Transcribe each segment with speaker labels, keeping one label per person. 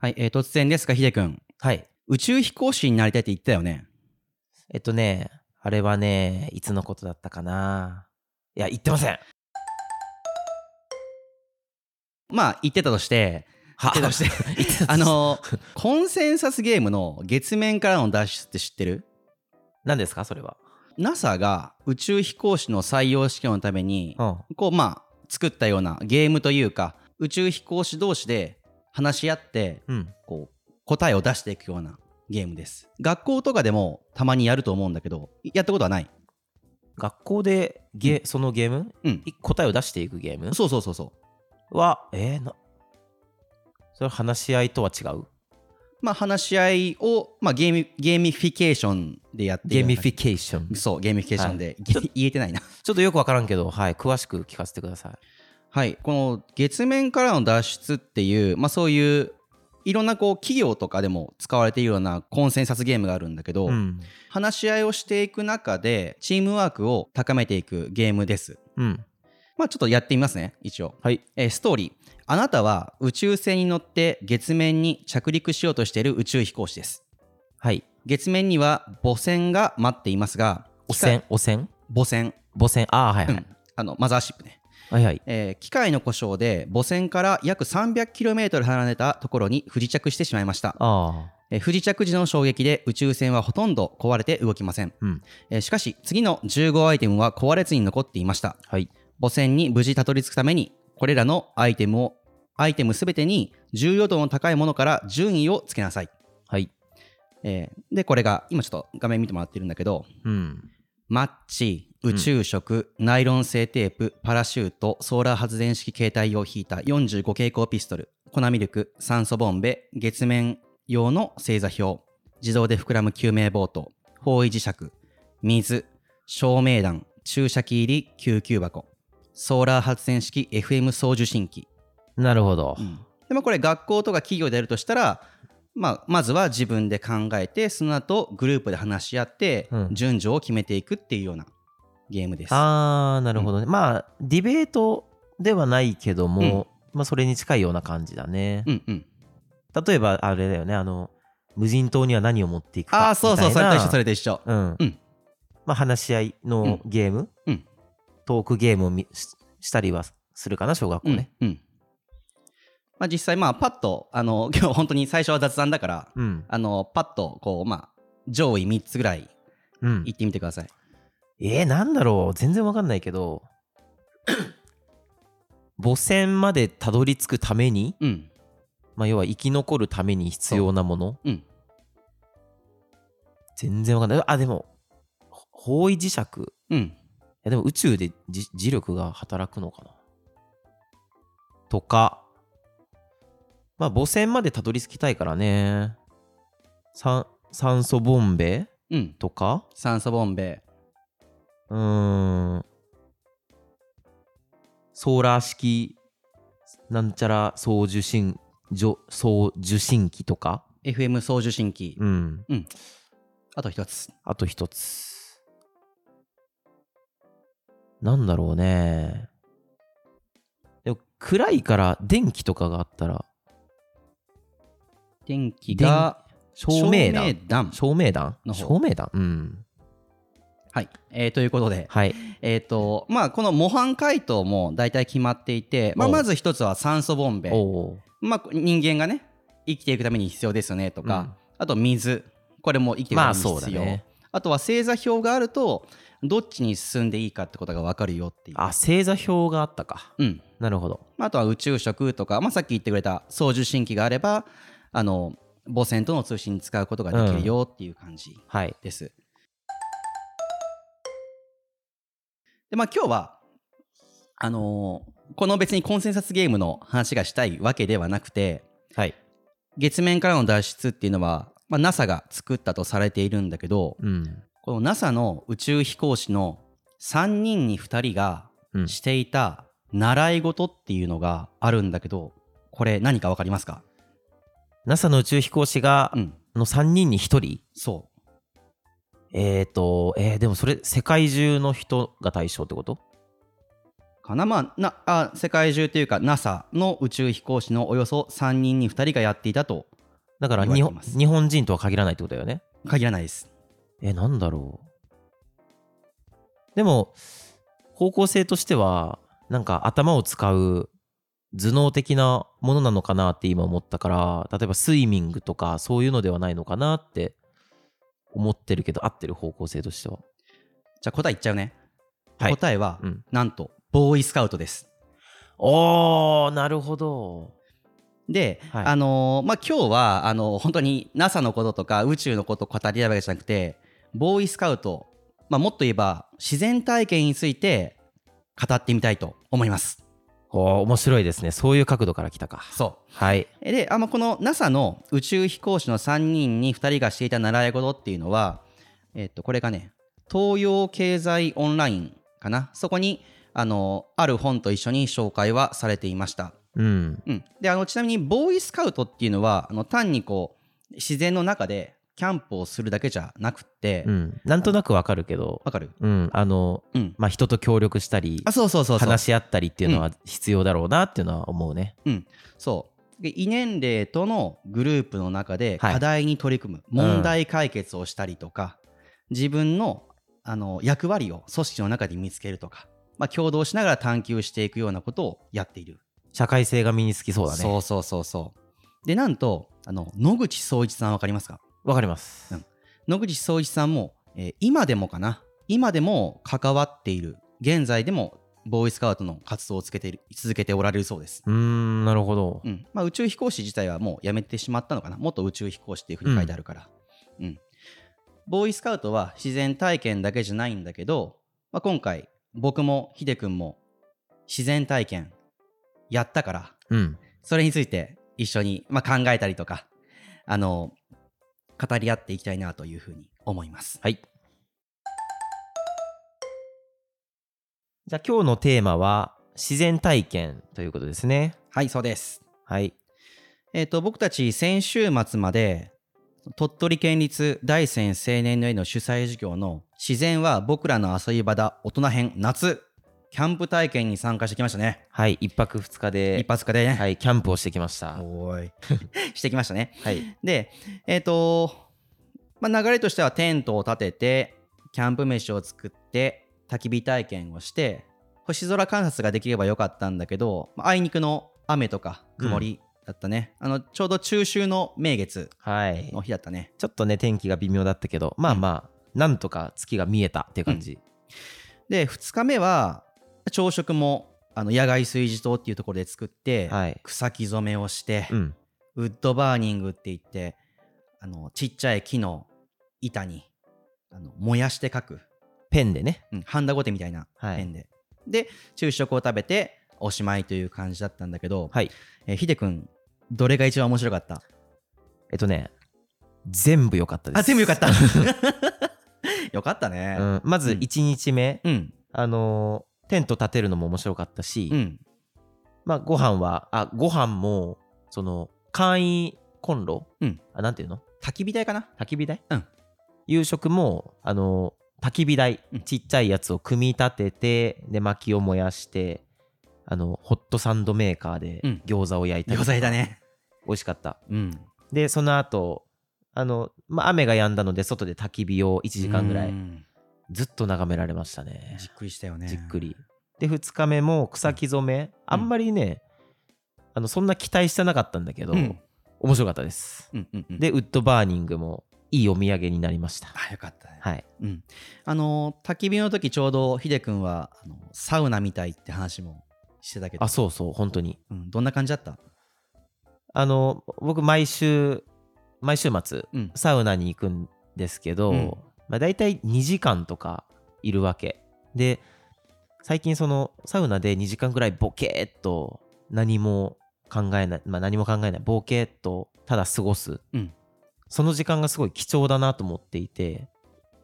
Speaker 1: はい、えー突然ですが、ヒデ君。
Speaker 2: はい。
Speaker 1: 宇宙飛行士になりたいって言ったよね。
Speaker 2: えっとね、あれはね、いつのことだったかな。いや、言ってません。
Speaker 1: まあ、言ってたとして、
Speaker 2: は
Speaker 1: 言ってたとして
Speaker 2: 言ってたとして
Speaker 1: あ、のー、コンセンサスゲームの月面からの脱出って知ってる
Speaker 2: 何ですか、それは。
Speaker 1: ?NASA が宇宙飛行士の採用試験のために、
Speaker 2: うん。
Speaker 1: こう、まあ、作ったようなゲームというか、宇宙飛行士同士で話し合って、
Speaker 2: うん。
Speaker 1: こう、答えを出していくようなゲームです。学校とかでもたまにやると思うんだけど、やったことはない
Speaker 2: 学校でゲ、そのゲーム、
Speaker 1: うん
Speaker 2: い答えを出していくゲーム
Speaker 1: そうそうそうそう。
Speaker 2: は、えー、な、それは話し合いとは違う
Speaker 1: まあ、話し合いを、まあ、ゲーミゲーミフィケーションでやって
Speaker 2: ゲーミフ
Speaker 1: ィ
Speaker 2: ィケーション。
Speaker 1: そうゲーミフィケーションで、
Speaker 2: はい
Speaker 1: げ 言えてないな
Speaker 2: ちょっとよくわからんけど、はい、詳しく聞かせてください。
Speaker 1: はいこの月面からの脱出っていう、まあ、そういういろんなこう企業とかでも使われているようなコンセンサスゲームがあるんだけど、
Speaker 2: うん。
Speaker 1: 話し合いをしていく中でチームワークを高めていくゲームです
Speaker 2: うん。
Speaker 1: まあちょっとやってみますね一応、
Speaker 2: はい。
Speaker 1: えーストーリーあなたは宇宙船に乗って月面に着陸しようとしている宇宙飛行士です
Speaker 2: はい。
Speaker 1: 月面には母船が待っていますが
Speaker 2: 汚染、汚染
Speaker 1: 母船、
Speaker 2: 母船。ああ、はいは
Speaker 1: う
Speaker 2: い。
Speaker 1: ん、あのマザーシップね、
Speaker 2: はいはい。
Speaker 1: えー機械の故障で母船から約 300km 離れたところに不時着してしまいました、
Speaker 2: ああ。
Speaker 1: えー不時着時の衝撃で宇宙船はほとんど壊れて動きません、
Speaker 2: うん。
Speaker 1: えーしかし次の15アイテムは壊れずに残っていました
Speaker 2: はい。
Speaker 1: 母船に無事たどり着くためにこれらのアイテムをアイテムすべてに重要度の高いものから順位をつけなさい、
Speaker 2: はい。
Speaker 1: えーでこれが今ちょっと画面見てもらってるんだけど
Speaker 2: うん。
Speaker 1: マッチ、宇宙食、ナイロン製テープ、パラシュート、ソーラー発電式携帯用ヒーター、45蛍光ピストル、粉ミルク、酸素ボンベ、月面用の星座表、自動で膨らむ救命ボート、方位磁石、水、照明弾、注射器入り救急箱、ソーラー発電式 FM 送受信機。
Speaker 2: なるほど。
Speaker 1: でもこれ学校とか企業でやるとしたら、まあ、まずは自分で考えてその後グループで話し合って
Speaker 2: うん
Speaker 1: 順序を決めていくっていうようなゲームです。
Speaker 2: ああ、なるほどね。まあ、ディベートではないけども、まあ、それに近いような感じだね。
Speaker 1: うんうん、
Speaker 2: 例えば、あれだよね、あの、無人島には何を持っていくか
Speaker 1: ああそうそう
Speaker 2: み
Speaker 1: そ
Speaker 2: たい
Speaker 1: れと
Speaker 2: な
Speaker 1: 一緒それと一緒。
Speaker 2: うん。
Speaker 1: うん
Speaker 2: まあ、話し合いのゲーム、
Speaker 1: うんうん
Speaker 2: トークゲームをみししたりはするかな、小学校
Speaker 1: う
Speaker 2: ね
Speaker 1: ん。うんまあ、実際まあパッとあの 今日本当に最初は雑談だから
Speaker 2: うん。
Speaker 1: あのパッとこうまあ上位3つぐらい
Speaker 2: うん
Speaker 1: 行ってみてください。
Speaker 2: えー、なんだろう全然わかんないけど母船までたどり着くために、
Speaker 1: うん
Speaker 2: まあ、要は生き残るために必要なもの
Speaker 1: うん、
Speaker 2: 全然わかんないあでもほ方位磁石い
Speaker 1: うん、
Speaker 2: やでも宇宙でじ磁力が働くのかなとかまあ母船までたどり着きたいからね酸酸素ボンベ
Speaker 1: うん、
Speaker 2: とか
Speaker 1: 酸素ボンベ
Speaker 2: うーん。ソーラー式、なんちゃら送受信、じょ送受信機とか。
Speaker 1: FM 送受信機、
Speaker 2: うん。
Speaker 1: あと1つ。
Speaker 2: あと一つ。なんだろうね。でも暗いから電気とかがあったら、
Speaker 1: 電気が
Speaker 2: 照
Speaker 1: 照
Speaker 2: 明弾。
Speaker 1: 明弾
Speaker 2: 照明弾
Speaker 1: の方
Speaker 2: 照明弾うん。
Speaker 1: はい、えーということで、
Speaker 2: はい。
Speaker 1: えーとまあ、この模範解答も大体決まっていて、まあ、
Speaker 2: おう
Speaker 1: まず一つは酸素ボンベ、
Speaker 2: おお。
Speaker 1: まあ、人間がね生きていくために必要ですよねとか、
Speaker 2: うん
Speaker 1: あと水これも生きていくため
Speaker 2: まあ
Speaker 1: に必要、
Speaker 2: そうだね。
Speaker 1: あとは星座表があるとどっちに進んでいいかってことが分かるよっていう
Speaker 2: あ、星座表があったか。
Speaker 1: うん、
Speaker 2: なるほど。
Speaker 1: まああとは宇宙食とか、まあ、さっき言ってくれた送受信機があればあの母船との通信に使うことができるよっていう感じ
Speaker 2: はい。
Speaker 1: です。でまあ今日はあのーこの別にコンセンサスゲームの話がしたいわけではなくて
Speaker 2: はい。
Speaker 1: 月面からの脱出っていうのは、まあ、NASA が作ったとされているんだけど
Speaker 2: うん。
Speaker 1: この NASA の宇宙飛行士の3人に2人が
Speaker 2: うん
Speaker 1: していた習い事っていうのがあるんだけどこれ何か分かりますか、
Speaker 2: NASA の宇宙飛行士が、
Speaker 1: うん、
Speaker 2: の3人に1人
Speaker 1: そ
Speaker 2: えっ、と、えーでもそれ世界中の人が対象ってこと
Speaker 1: うかなまあなあ世界中というか NASA の宇宙飛行士のおよそ3人に2人がやっていたと
Speaker 2: だから
Speaker 1: 言われ
Speaker 2: 日
Speaker 1: てい
Speaker 2: 本
Speaker 1: ます
Speaker 2: 日本人とは限らないってことだよね。
Speaker 1: 限らないです。
Speaker 2: え、なんだろう。でも、方向性としては、なんか頭を使う頭脳的なものなのかなって今思ったから、例えばスイミングとかそういうのではないのかなって思ってるけど、合ってる方向性としては。
Speaker 1: じゃあ答え言っちゃうね。
Speaker 2: はい
Speaker 1: 答えは、
Speaker 2: うん。
Speaker 1: なんと、ボーイスカウトです。
Speaker 2: おー、なるほど。
Speaker 1: で、
Speaker 2: はい
Speaker 1: あのーまあ、今日は、あのー本当に NASA のこととか宇宙のことを語りたいわけじゃなくて、ボーイスカウト、まあ、もっと言えば自然体験について語ってみたいと思います。
Speaker 2: おー、面白いですね。そういう角度から来たか。
Speaker 1: そう。
Speaker 2: はい。
Speaker 1: えであのこの NASA の宇宙飛行士の3人に2人がしていた習い事っていうのは、えっとこれがね東洋経済オンラインかなそこにあのある本と一緒に紹介はされていました、
Speaker 2: うん。
Speaker 1: うん、であのちなみにボーイスカウトっていうのはあの単にこう自然の中でキャンプをするだけじゃなくって
Speaker 2: う
Speaker 1: わ、
Speaker 2: ん。なんとなくわかるけど、
Speaker 1: かる
Speaker 2: うん。あの、
Speaker 1: うん
Speaker 2: まあ、人と協力したり
Speaker 1: あ、そうそうそうそう
Speaker 2: 話し合ったりっていうのは必要だろうなっていうのは思うね。
Speaker 1: そうで異年齢とのグループの中で
Speaker 2: はい
Speaker 1: 課題に取り組む、問題解決をしたりとか、自分のあの役割を組織の中で見つけるとか、まあ、共同しながら探求していくようなことをやっている
Speaker 2: 社会性が身につきそうだ
Speaker 1: そ
Speaker 2: ね。
Speaker 1: うそうそうそうでなんとあの野口聡一さんわかりますか
Speaker 2: わかります。
Speaker 1: うん野口聡一さんも、えー今でもかな今でも関わっている現在でもボーイスカウトの活動をつけている続けておられるそうです
Speaker 2: うーん、なるほど
Speaker 1: う。んまあ、宇宙飛行士自体はもうやめてしまったのかな元宇宙飛行士っていうふうに書いてあるから、うんボーイスカウトは自然体験だけじゃないんだけど、まあ、今回僕もヒデ君も自然体験やったから
Speaker 2: うん。
Speaker 1: それについて一緒に、まあ、考えたりとかあの語り合っていきたいなというふうに思います
Speaker 2: はい。じゃあ今日のテーマは自然体験ということですね。
Speaker 1: はいそうです
Speaker 2: はい。
Speaker 1: えー、と僕たち先週末まで鳥取県立大山青年のへの主催授業の「自然は僕らの遊び場だ大人編夏」キャンプ体験に参加してきましたね。
Speaker 2: はい。一泊二日で、
Speaker 1: 一発かでね。
Speaker 2: はい、キャンプをしてきました。
Speaker 1: おーい してきましたね。
Speaker 2: はい。
Speaker 1: で、えっ、と、まあ、流れとしてはテントを立てて、キャンプ飯を作って、焚き火体験をして、星空観察ができればよかったんだけど、まああいにくの雨とか曇りだったね。あのちょうど中秋の名月
Speaker 2: はい
Speaker 1: の。日だったね。
Speaker 2: ちょっとね、天気が微妙だったけど、まあまあ、なんとか月が見えたっていう感じ。
Speaker 1: で、2日目は朝食もあの野外炊事塔っていうところで作って、
Speaker 2: はい。
Speaker 1: 草木染めをして、
Speaker 2: うん。
Speaker 1: ウッドバーニングって言って、あのちっちゃい木の板にあの燃やして描く、
Speaker 2: ペンでね。
Speaker 1: うん、ハンダゴテみたいな
Speaker 2: は
Speaker 1: ペ
Speaker 2: い。
Speaker 1: ンで。で、昼食を食べておしまいという感じだったんだけど、
Speaker 2: はい。
Speaker 1: えーヒデ君、どれが一番面白かった
Speaker 2: えっとね、全部良かったです。
Speaker 1: あ、全部よかった。 よかったね
Speaker 2: う。ん、まず
Speaker 1: うん
Speaker 2: 1日目、
Speaker 1: うん、
Speaker 2: あのーテント立てるのも面白かったし、
Speaker 1: うん、
Speaker 2: まあ、ご飯はあご飯もその簡易コンロ、
Speaker 1: うん
Speaker 2: あなんていうの
Speaker 1: 焚き火台かな
Speaker 2: 焚き火台、
Speaker 1: うん
Speaker 2: 夕食も、あのー焚き火台
Speaker 1: うん
Speaker 2: ちっちゃいやつを組み立ててで薪を燃やしてあのホットサンドメーカーで
Speaker 1: うん
Speaker 2: 餃子を焼いたりと
Speaker 1: 餃
Speaker 2: か、
Speaker 1: 子だね。
Speaker 2: 美味しかった
Speaker 1: うん。
Speaker 2: でその後あの、まあ、雨が止んだので外で焚き火を1時間ぐら
Speaker 1: う
Speaker 2: い
Speaker 1: ん
Speaker 2: ずっと眺められましたね
Speaker 1: じっくりしたよね
Speaker 2: じっくり。で、2日目も草木染め、あんまりね、あのそんな期待してなかったんだけど、
Speaker 1: うん
Speaker 2: 面白かったです。
Speaker 1: うんうんうん
Speaker 2: で、ウッドバーニングもいいお土産になりました。
Speaker 1: あよかったね、
Speaker 2: はい。
Speaker 1: うん、あの焚き火の時ちょうどヒデ君はあのサウナみたいって話もしてたけど
Speaker 2: あ、そうそう、本当に。
Speaker 1: うん、どんな感じだった
Speaker 2: あの、僕、毎週、毎週末、
Speaker 1: うん
Speaker 2: サウナに行くんですけど、
Speaker 1: うん
Speaker 2: まあ、大体2時間とかいるわけ。で、最近、その、サウナで2時間ぐらいボケーっと、何も考えない、まあ、何も考えない、ボケーっと、ただ過ごす、
Speaker 1: うん
Speaker 2: その時間がすごい貴重だなと思っていて、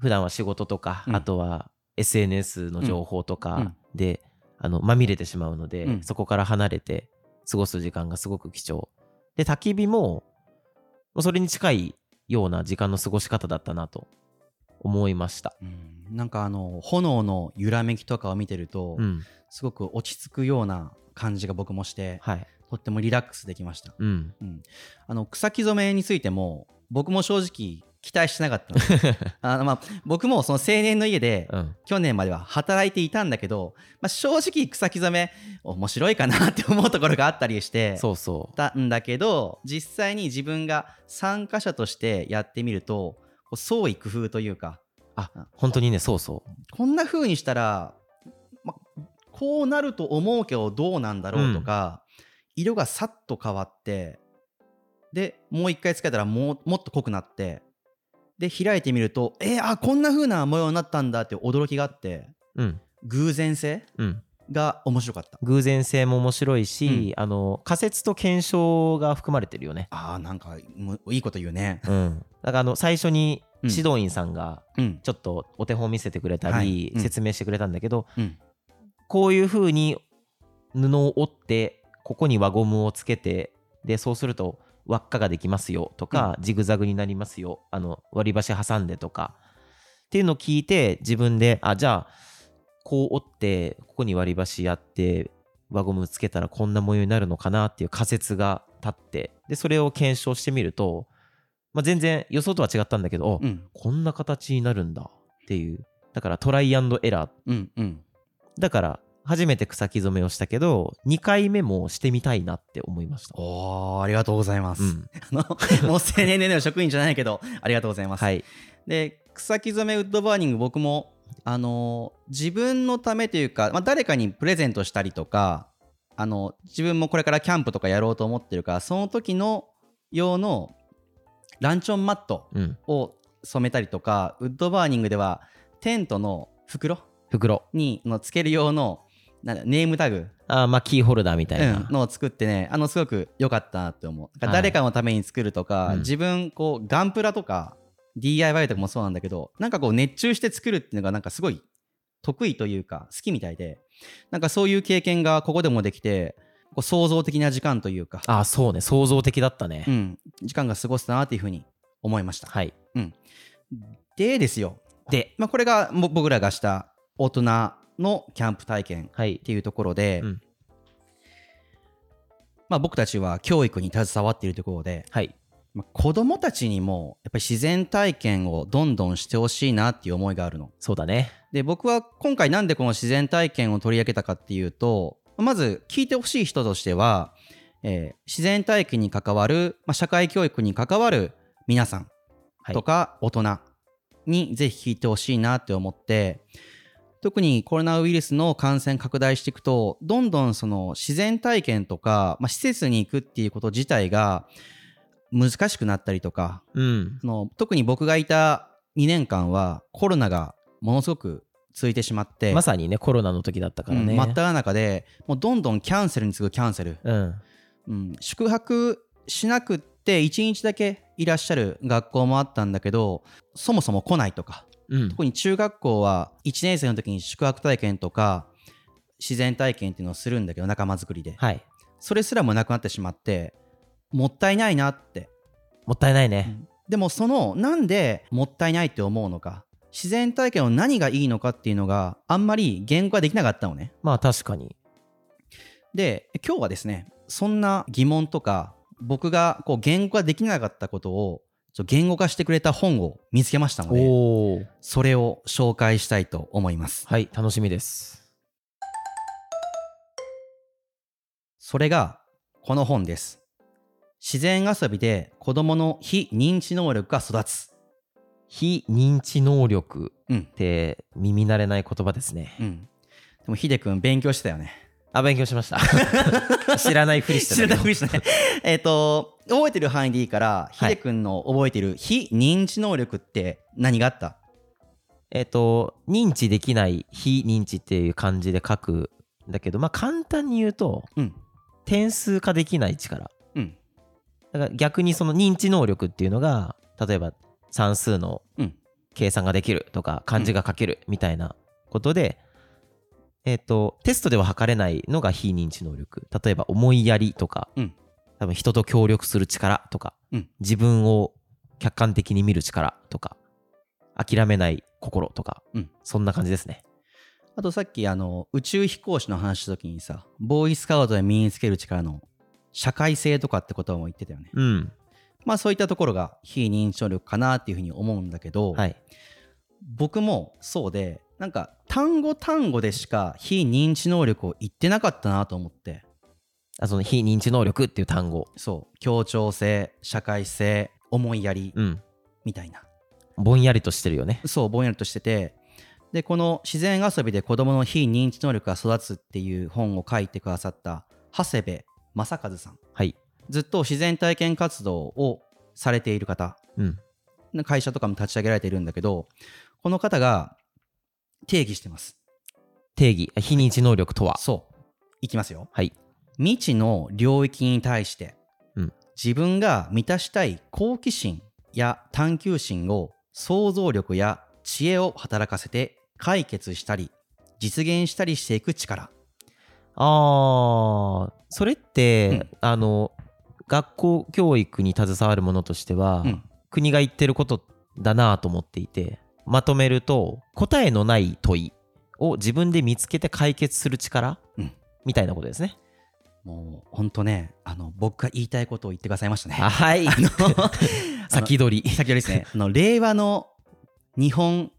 Speaker 2: 普段は仕事とか、
Speaker 1: うん
Speaker 2: あとは SNS の情報
Speaker 1: う
Speaker 2: と
Speaker 1: ん
Speaker 2: かで、あのまみれてしまうので、
Speaker 1: うん
Speaker 2: そこから離れて過ごす時間がすごく貴重。で、焚き火も、もうそれに近いような時間の過ごし方だったなと思いました。
Speaker 1: うんなんかあの炎の揺らめきとかを見てると、
Speaker 2: うん。
Speaker 1: すごく落ち着くような感じが僕もして
Speaker 2: はい。
Speaker 1: とってもリラックスできました。
Speaker 2: うん。
Speaker 1: あの草木染めについても僕も正直期待してなかったの あの、まあ、僕もその青年の家で
Speaker 2: うん。
Speaker 1: 去年までは働いていたんだけど、まあ、正直草木染め面白いかなって思うところがあったりして
Speaker 2: そうそ
Speaker 1: たんだけど実際に自分が参加者としてやってみるとこう創意工夫というか
Speaker 2: う。本当にね、そうそう。
Speaker 1: こんな風にしたら、ま、こうなると思うけどどうなんだろうとか、色がさっと変わってでもう一回つけたらもうもっと濃くなってで開いてみるとえー、あこんな風な模様になったんだっていう驚きがあって
Speaker 2: うん。
Speaker 1: 偶然性
Speaker 2: うん。
Speaker 1: が面白かった
Speaker 2: 偶然性も面白いし、あの、仮説と検証が含まれてるよね。
Speaker 1: あーなんかもういいこと言うね
Speaker 2: うん。だから、あの、最初に
Speaker 1: うん
Speaker 2: 指導員さんが
Speaker 1: うん
Speaker 2: ちょっとお手本見せてくれたり、
Speaker 1: はいうん
Speaker 2: 説明してくれたんだけど、
Speaker 1: うん
Speaker 2: こういう風に布を折ってここに輪ゴムをつけてでそうすると輪っかができますよとか、ジグザグになりますよあの割り箸挟んでとかっていうのを聞いて自分であじゃあこう折ってここに割り箸やって輪ゴムつけたらこんな模様になるのかなっていう仮説が立ってでそれを検証してみると、まあ、全然予想とは違ったんだけど、
Speaker 1: うん
Speaker 2: こんな形になるんだっていうだからトライアンドエラー
Speaker 1: うんうん
Speaker 2: だから初めて草木染めをしたけど2回目もしてみたいなって思いました
Speaker 1: おーありがとうございます、
Speaker 2: うん
Speaker 1: あのもう青年での職員じゃないけどありがとうございます、
Speaker 2: はい
Speaker 1: で草木染めウッドバーニング僕もあのー自分のためというか、まあ、誰かにプレゼントしたりとかあの自分もこれからキャンプとかやろうと思ってるからその時の用のランチョンマット
Speaker 2: うん
Speaker 1: を染めたりとかウッドバーニングではテントの袋
Speaker 2: 袋
Speaker 1: にのつける用のなんだネームタグ
Speaker 2: あーまあキーホルダーみたいな、
Speaker 1: うんのを作ってねあのすごく良かったなって思うだから
Speaker 2: はい
Speaker 1: 誰かのために作るとか、
Speaker 2: うん
Speaker 1: 自分こうガンプラとか DIY とかもそうなんだけどなんかこう熱中して作るっていうのがなんかすごい得意というか好きみたいでなんかそういう経験がここでもできてこう創造的な時間というか、
Speaker 2: あーそうね創造的だったね、
Speaker 1: うん、時間が過ごせたなっていうふうに思いました
Speaker 2: はい
Speaker 1: でですよ、
Speaker 2: で
Speaker 1: まあ、これがも僕らがした大人のキャンプ体験
Speaker 2: はい
Speaker 1: っていうところで、
Speaker 2: うん
Speaker 1: まあ、僕たちは教育に携わっているところで、
Speaker 2: はい
Speaker 1: まあ、子供たちにもやっぱり自然体験をどんどんしてほしいなっていう思いがあるの。
Speaker 2: そうだね
Speaker 1: で僕は今回なんでこの自然体験を取り上げたかっていうとまず聞いてほしい人としては、えー自然体験に関わる、まあ、社会教育に関わる皆さん
Speaker 2: はい
Speaker 1: とか大人にぜひ聞いてほしいなって思って特にコロナウイルスの感染拡大していくとどんどんその自然体験とか、まあ、施設に行くっていうこと自体が難しくなったりとか
Speaker 2: うん
Speaker 1: その特に僕がいた2年間はコロナがものすごくついてしまって
Speaker 2: まさにねコロナの時だったからね、
Speaker 1: うん真っ只中でもうどんどんキャンセルに次ぐキャンセル、
Speaker 2: うん
Speaker 1: うん、宿泊しなくって1日だけいらっしゃる学校もあったんだけどそもそも来ないとか
Speaker 2: うん
Speaker 1: 特に中学校は1年生の時に宿泊体験とか自然体験っていうのをするんだけど仲間作りで
Speaker 2: はい
Speaker 1: それすらもなくなってしまってもったいないなって
Speaker 2: もったいないね、
Speaker 1: でもそのなんでもったいないって思うのか自然体験の何がいいのかっていうのがあんまり言語化できなかったのね
Speaker 2: まあ確かに
Speaker 1: で今日はですねそんな疑問とか僕がこう言語化できなかったことをちょっと言語化してくれた本を見つけましたので
Speaker 2: おお
Speaker 1: それを紹介したいと思います
Speaker 2: はい楽しみです
Speaker 1: それがこの本です自然遊びで子どもの非認知能力が育つ
Speaker 2: 非認知能力
Speaker 1: うん
Speaker 2: って耳慣れない言葉ですね、
Speaker 1: うんでもヒデ君勉強してたよね
Speaker 2: あ勉強しまし た知らないふりして
Speaker 1: 知ら
Speaker 2: た
Speaker 1: な
Speaker 2: け
Speaker 1: い
Speaker 2: ど
Speaker 1: ふりしてねえっと覚えてる範囲でいいから、
Speaker 2: はい
Speaker 1: ヒデ君の覚えてる非認知能力って何があった
Speaker 2: えっ、と認知できない非認知っていう漢字で書くんだけどまあ簡単に言うと
Speaker 1: うん
Speaker 2: 点数化できない力
Speaker 1: うん
Speaker 2: だから逆にその認知能力っていうのが例えば算数の
Speaker 1: うん
Speaker 2: 計算ができるとか漢字が書けるみたいなことで、えっ、とテストでは測れないのが非認知能力例えば思いやりとか、
Speaker 1: うん
Speaker 2: 多分人と協力する力とか、
Speaker 1: うん
Speaker 2: 自分を客観的に見る力とか諦めない心とか、
Speaker 1: うん
Speaker 2: そんな感じですね
Speaker 1: あとさっきあの宇宙飛行士の話した時にさボーイスカウトで身につける力の社会性とかってことも言ってたよね。
Speaker 2: うん。
Speaker 1: まあそういったところが非認知能力かなっていうふうに思うんだけど、
Speaker 2: はい。
Speaker 1: 僕もそうでなんか単語単語でしか非認知能力を言ってなかったなと思って
Speaker 2: あ、その非認知能力っていう単語。
Speaker 1: そう協調性社会性思いやり
Speaker 2: うん。
Speaker 1: みたいな、
Speaker 2: ぼんやりとしてるよね。
Speaker 1: そうぼんやりとしててでこの「自然遊びで子どもの非認知能力が育つ」っていう本を書いてくださった長谷部正和さん
Speaker 2: はい。
Speaker 1: ずっと自然体験活動をされている方
Speaker 2: うん。
Speaker 1: 会社とかも立ち上げられているんだけどこの方が定義してます
Speaker 2: 定義。非認知能力とは。
Speaker 1: そういきますよ
Speaker 2: はい。
Speaker 1: 未知の領域に対して、
Speaker 2: うん
Speaker 1: 自分が満たしたい好奇心や探求心を想像力や知恵を働かせて解決したり実現したりしていく力
Speaker 2: あー、それって、
Speaker 1: うん
Speaker 2: あの、学校教育に携わるものとしては、
Speaker 1: うん
Speaker 2: 国が言ってることだなと思っていて、まとめると、答えのない問いを自分で見つけて解決する力、
Speaker 1: うん
Speaker 2: みたいなことですね。
Speaker 1: もうほんとねあの僕が言いたいことを言ってくださいましたね
Speaker 2: あはい。
Speaker 1: あの
Speaker 2: 先取り。
Speaker 1: 先ほどですね あの令和の日本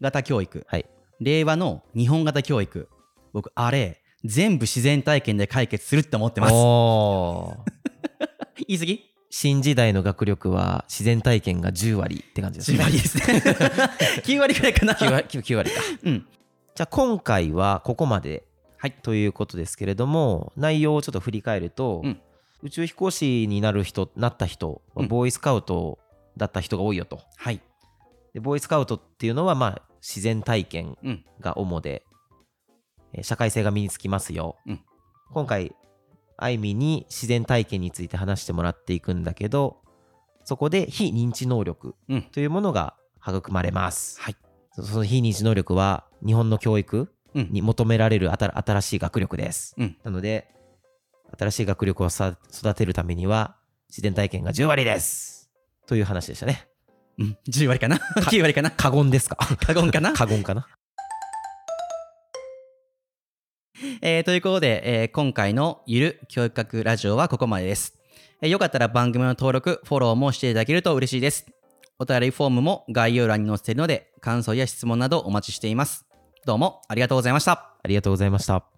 Speaker 1: 型教育、
Speaker 2: はい
Speaker 1: 令和の日本型教育僕あれ全部自然体験で解決するって思ってます
Speaker 2: おー
Speaker 1: 言い過ぎ
Speaker 2: 新時代の学力は自然体験が10割って感じです
Speaker 1: 9
Speaker 2: ね。
Speaker 1: 割です ね。9割くらいかな。
Speaker 2: 9割 ,9 割か。
Speaker 1: うん。
Speaker 2: じゃあ今回はここまでということですけれども内容をちょっと振り返ると、
Speaker 1: うん
Speaker 2: 宇宙飛行士になる人なった人は
Speaker 1: うん
Speaker 2: ボーイスカウトだった人が多いよと。
Speaker 1: はい。
Speaker 2: でボーイスカウトっていうのはまあ自然体験
Speaker 1: うん。
Speaker 2: が主で、えー社会性が身につきますよ、
Speaker 1: うん
Speaker 2: 今回あいみに自然体験について話してもらっていくんだけどそこで非認知能力
Speaker 1: うん。
Speaker 2: というものが育まれます、
Speaker 1: はい
Speaker 2: そその非認知能力は日本の教育
Speaker 1: うん。
Speaker 2: に求められるあた新しい学力です
Speaker 1: うん。
Speaker 2: なので新しい学力をさ育てるためには自然体験が10割ですという話でしたね
Speaker 1: うん。10割かな ?9 割かな
Speaker 2: 過言ですか
Speaker 1: 過言かな
Speaker 2: 過言かな
Speaker 1: えーということで、えー今回のゆる教育学ラジオはここまでです。えーよかったら番組の登録、フォローもしていただけると嬉しいです。お便りフォームも概要欄に載せているので、感想や質問などお待ちしています。どうもありがとうございました。
Speaker 2: ありがとうございました